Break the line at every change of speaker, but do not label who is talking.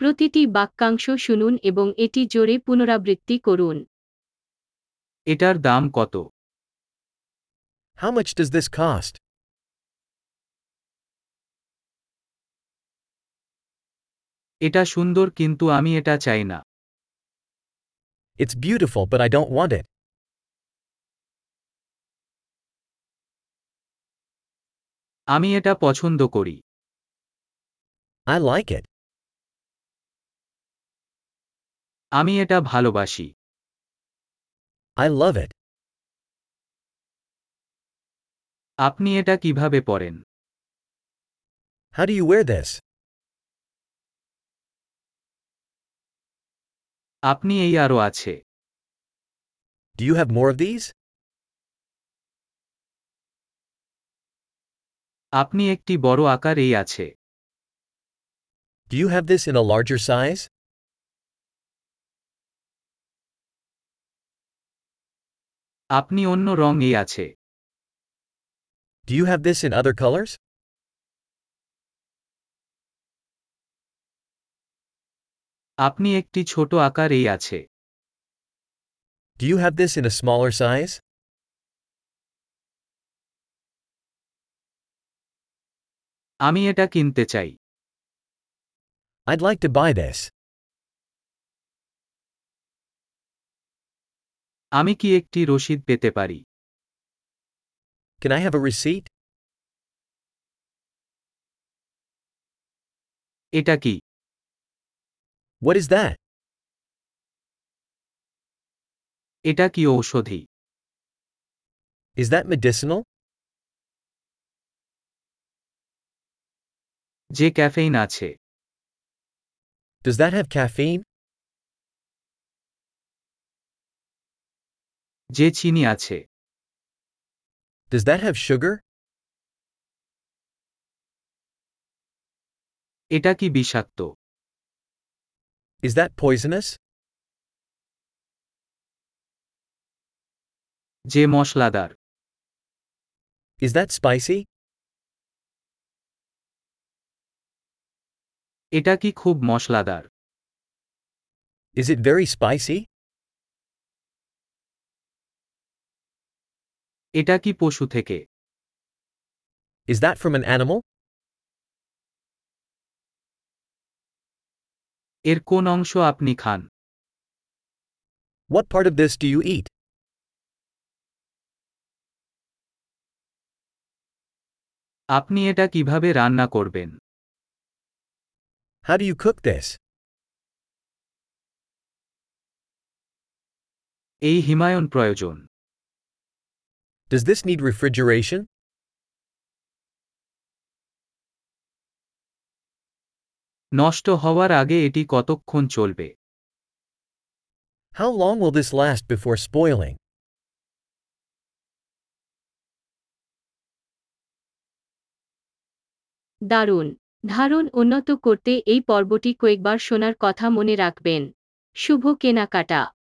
প্রতিটি বাক্যাংশ শুনুন এবং এটি জোরে পুনরাবৃত্তি করুন
এটার দাম কত
How much does this cost?
এটা সুন্দর কিন্তু আমি এটা চাই না
It's beautiful but I don't want it.
আমি এটা পছন্দ করি
I like it.
আমি এটা ভালোবাসি
I love it.
আপনি এটা কিভাবে পরেন
How do you wear this?
আপনি এই আরও আছে
Do you have more of these?
আপনি একটি বড় আকার এই আছে
Do you have this in a larger size?
আপনি অন্য রং এই আছে
Do you have this in other colors?
আপনি একটি ছোট আকার এই আছে
Do you have this in a smaller size?
আমি এটা কিনতে চাই
I'd like to buy this.
আমি কি একটি রসিদ পেতে পারি
Can I have a receipt?
এটা কি
What is that?
এটা কি ঔষধি
Is that medicinal?
যে ক্যাফেইন আছে
Does that have caffeine?
যে চিনি আছে
Does that have sugar?
এটা কি বিষাক্ত
Is that poisonous?
যে মশলাদার
Is that spicy?
এটা কি খুব মশলাদার
Is it very spicy?
এটা কি পশু থেকে
Is that from an animal?
এর কোন অংশ আপনি খান
What part of this do you eat?
আপনি এটা কিভাবে রান্না করবেন
How do you cook this?
এই হিমায়ন প্রয়োজন
Does this need refrigeration?
নষ্ট হওয়ার আগে এটি কতক্ষণ চলবে
How long will this last before spoiling?
দারুণ ধারণ উন্নত করতে এই পর্বটি কয়েকবার শোনার কথা মনে রাখবেন শুভ কেনাকাটা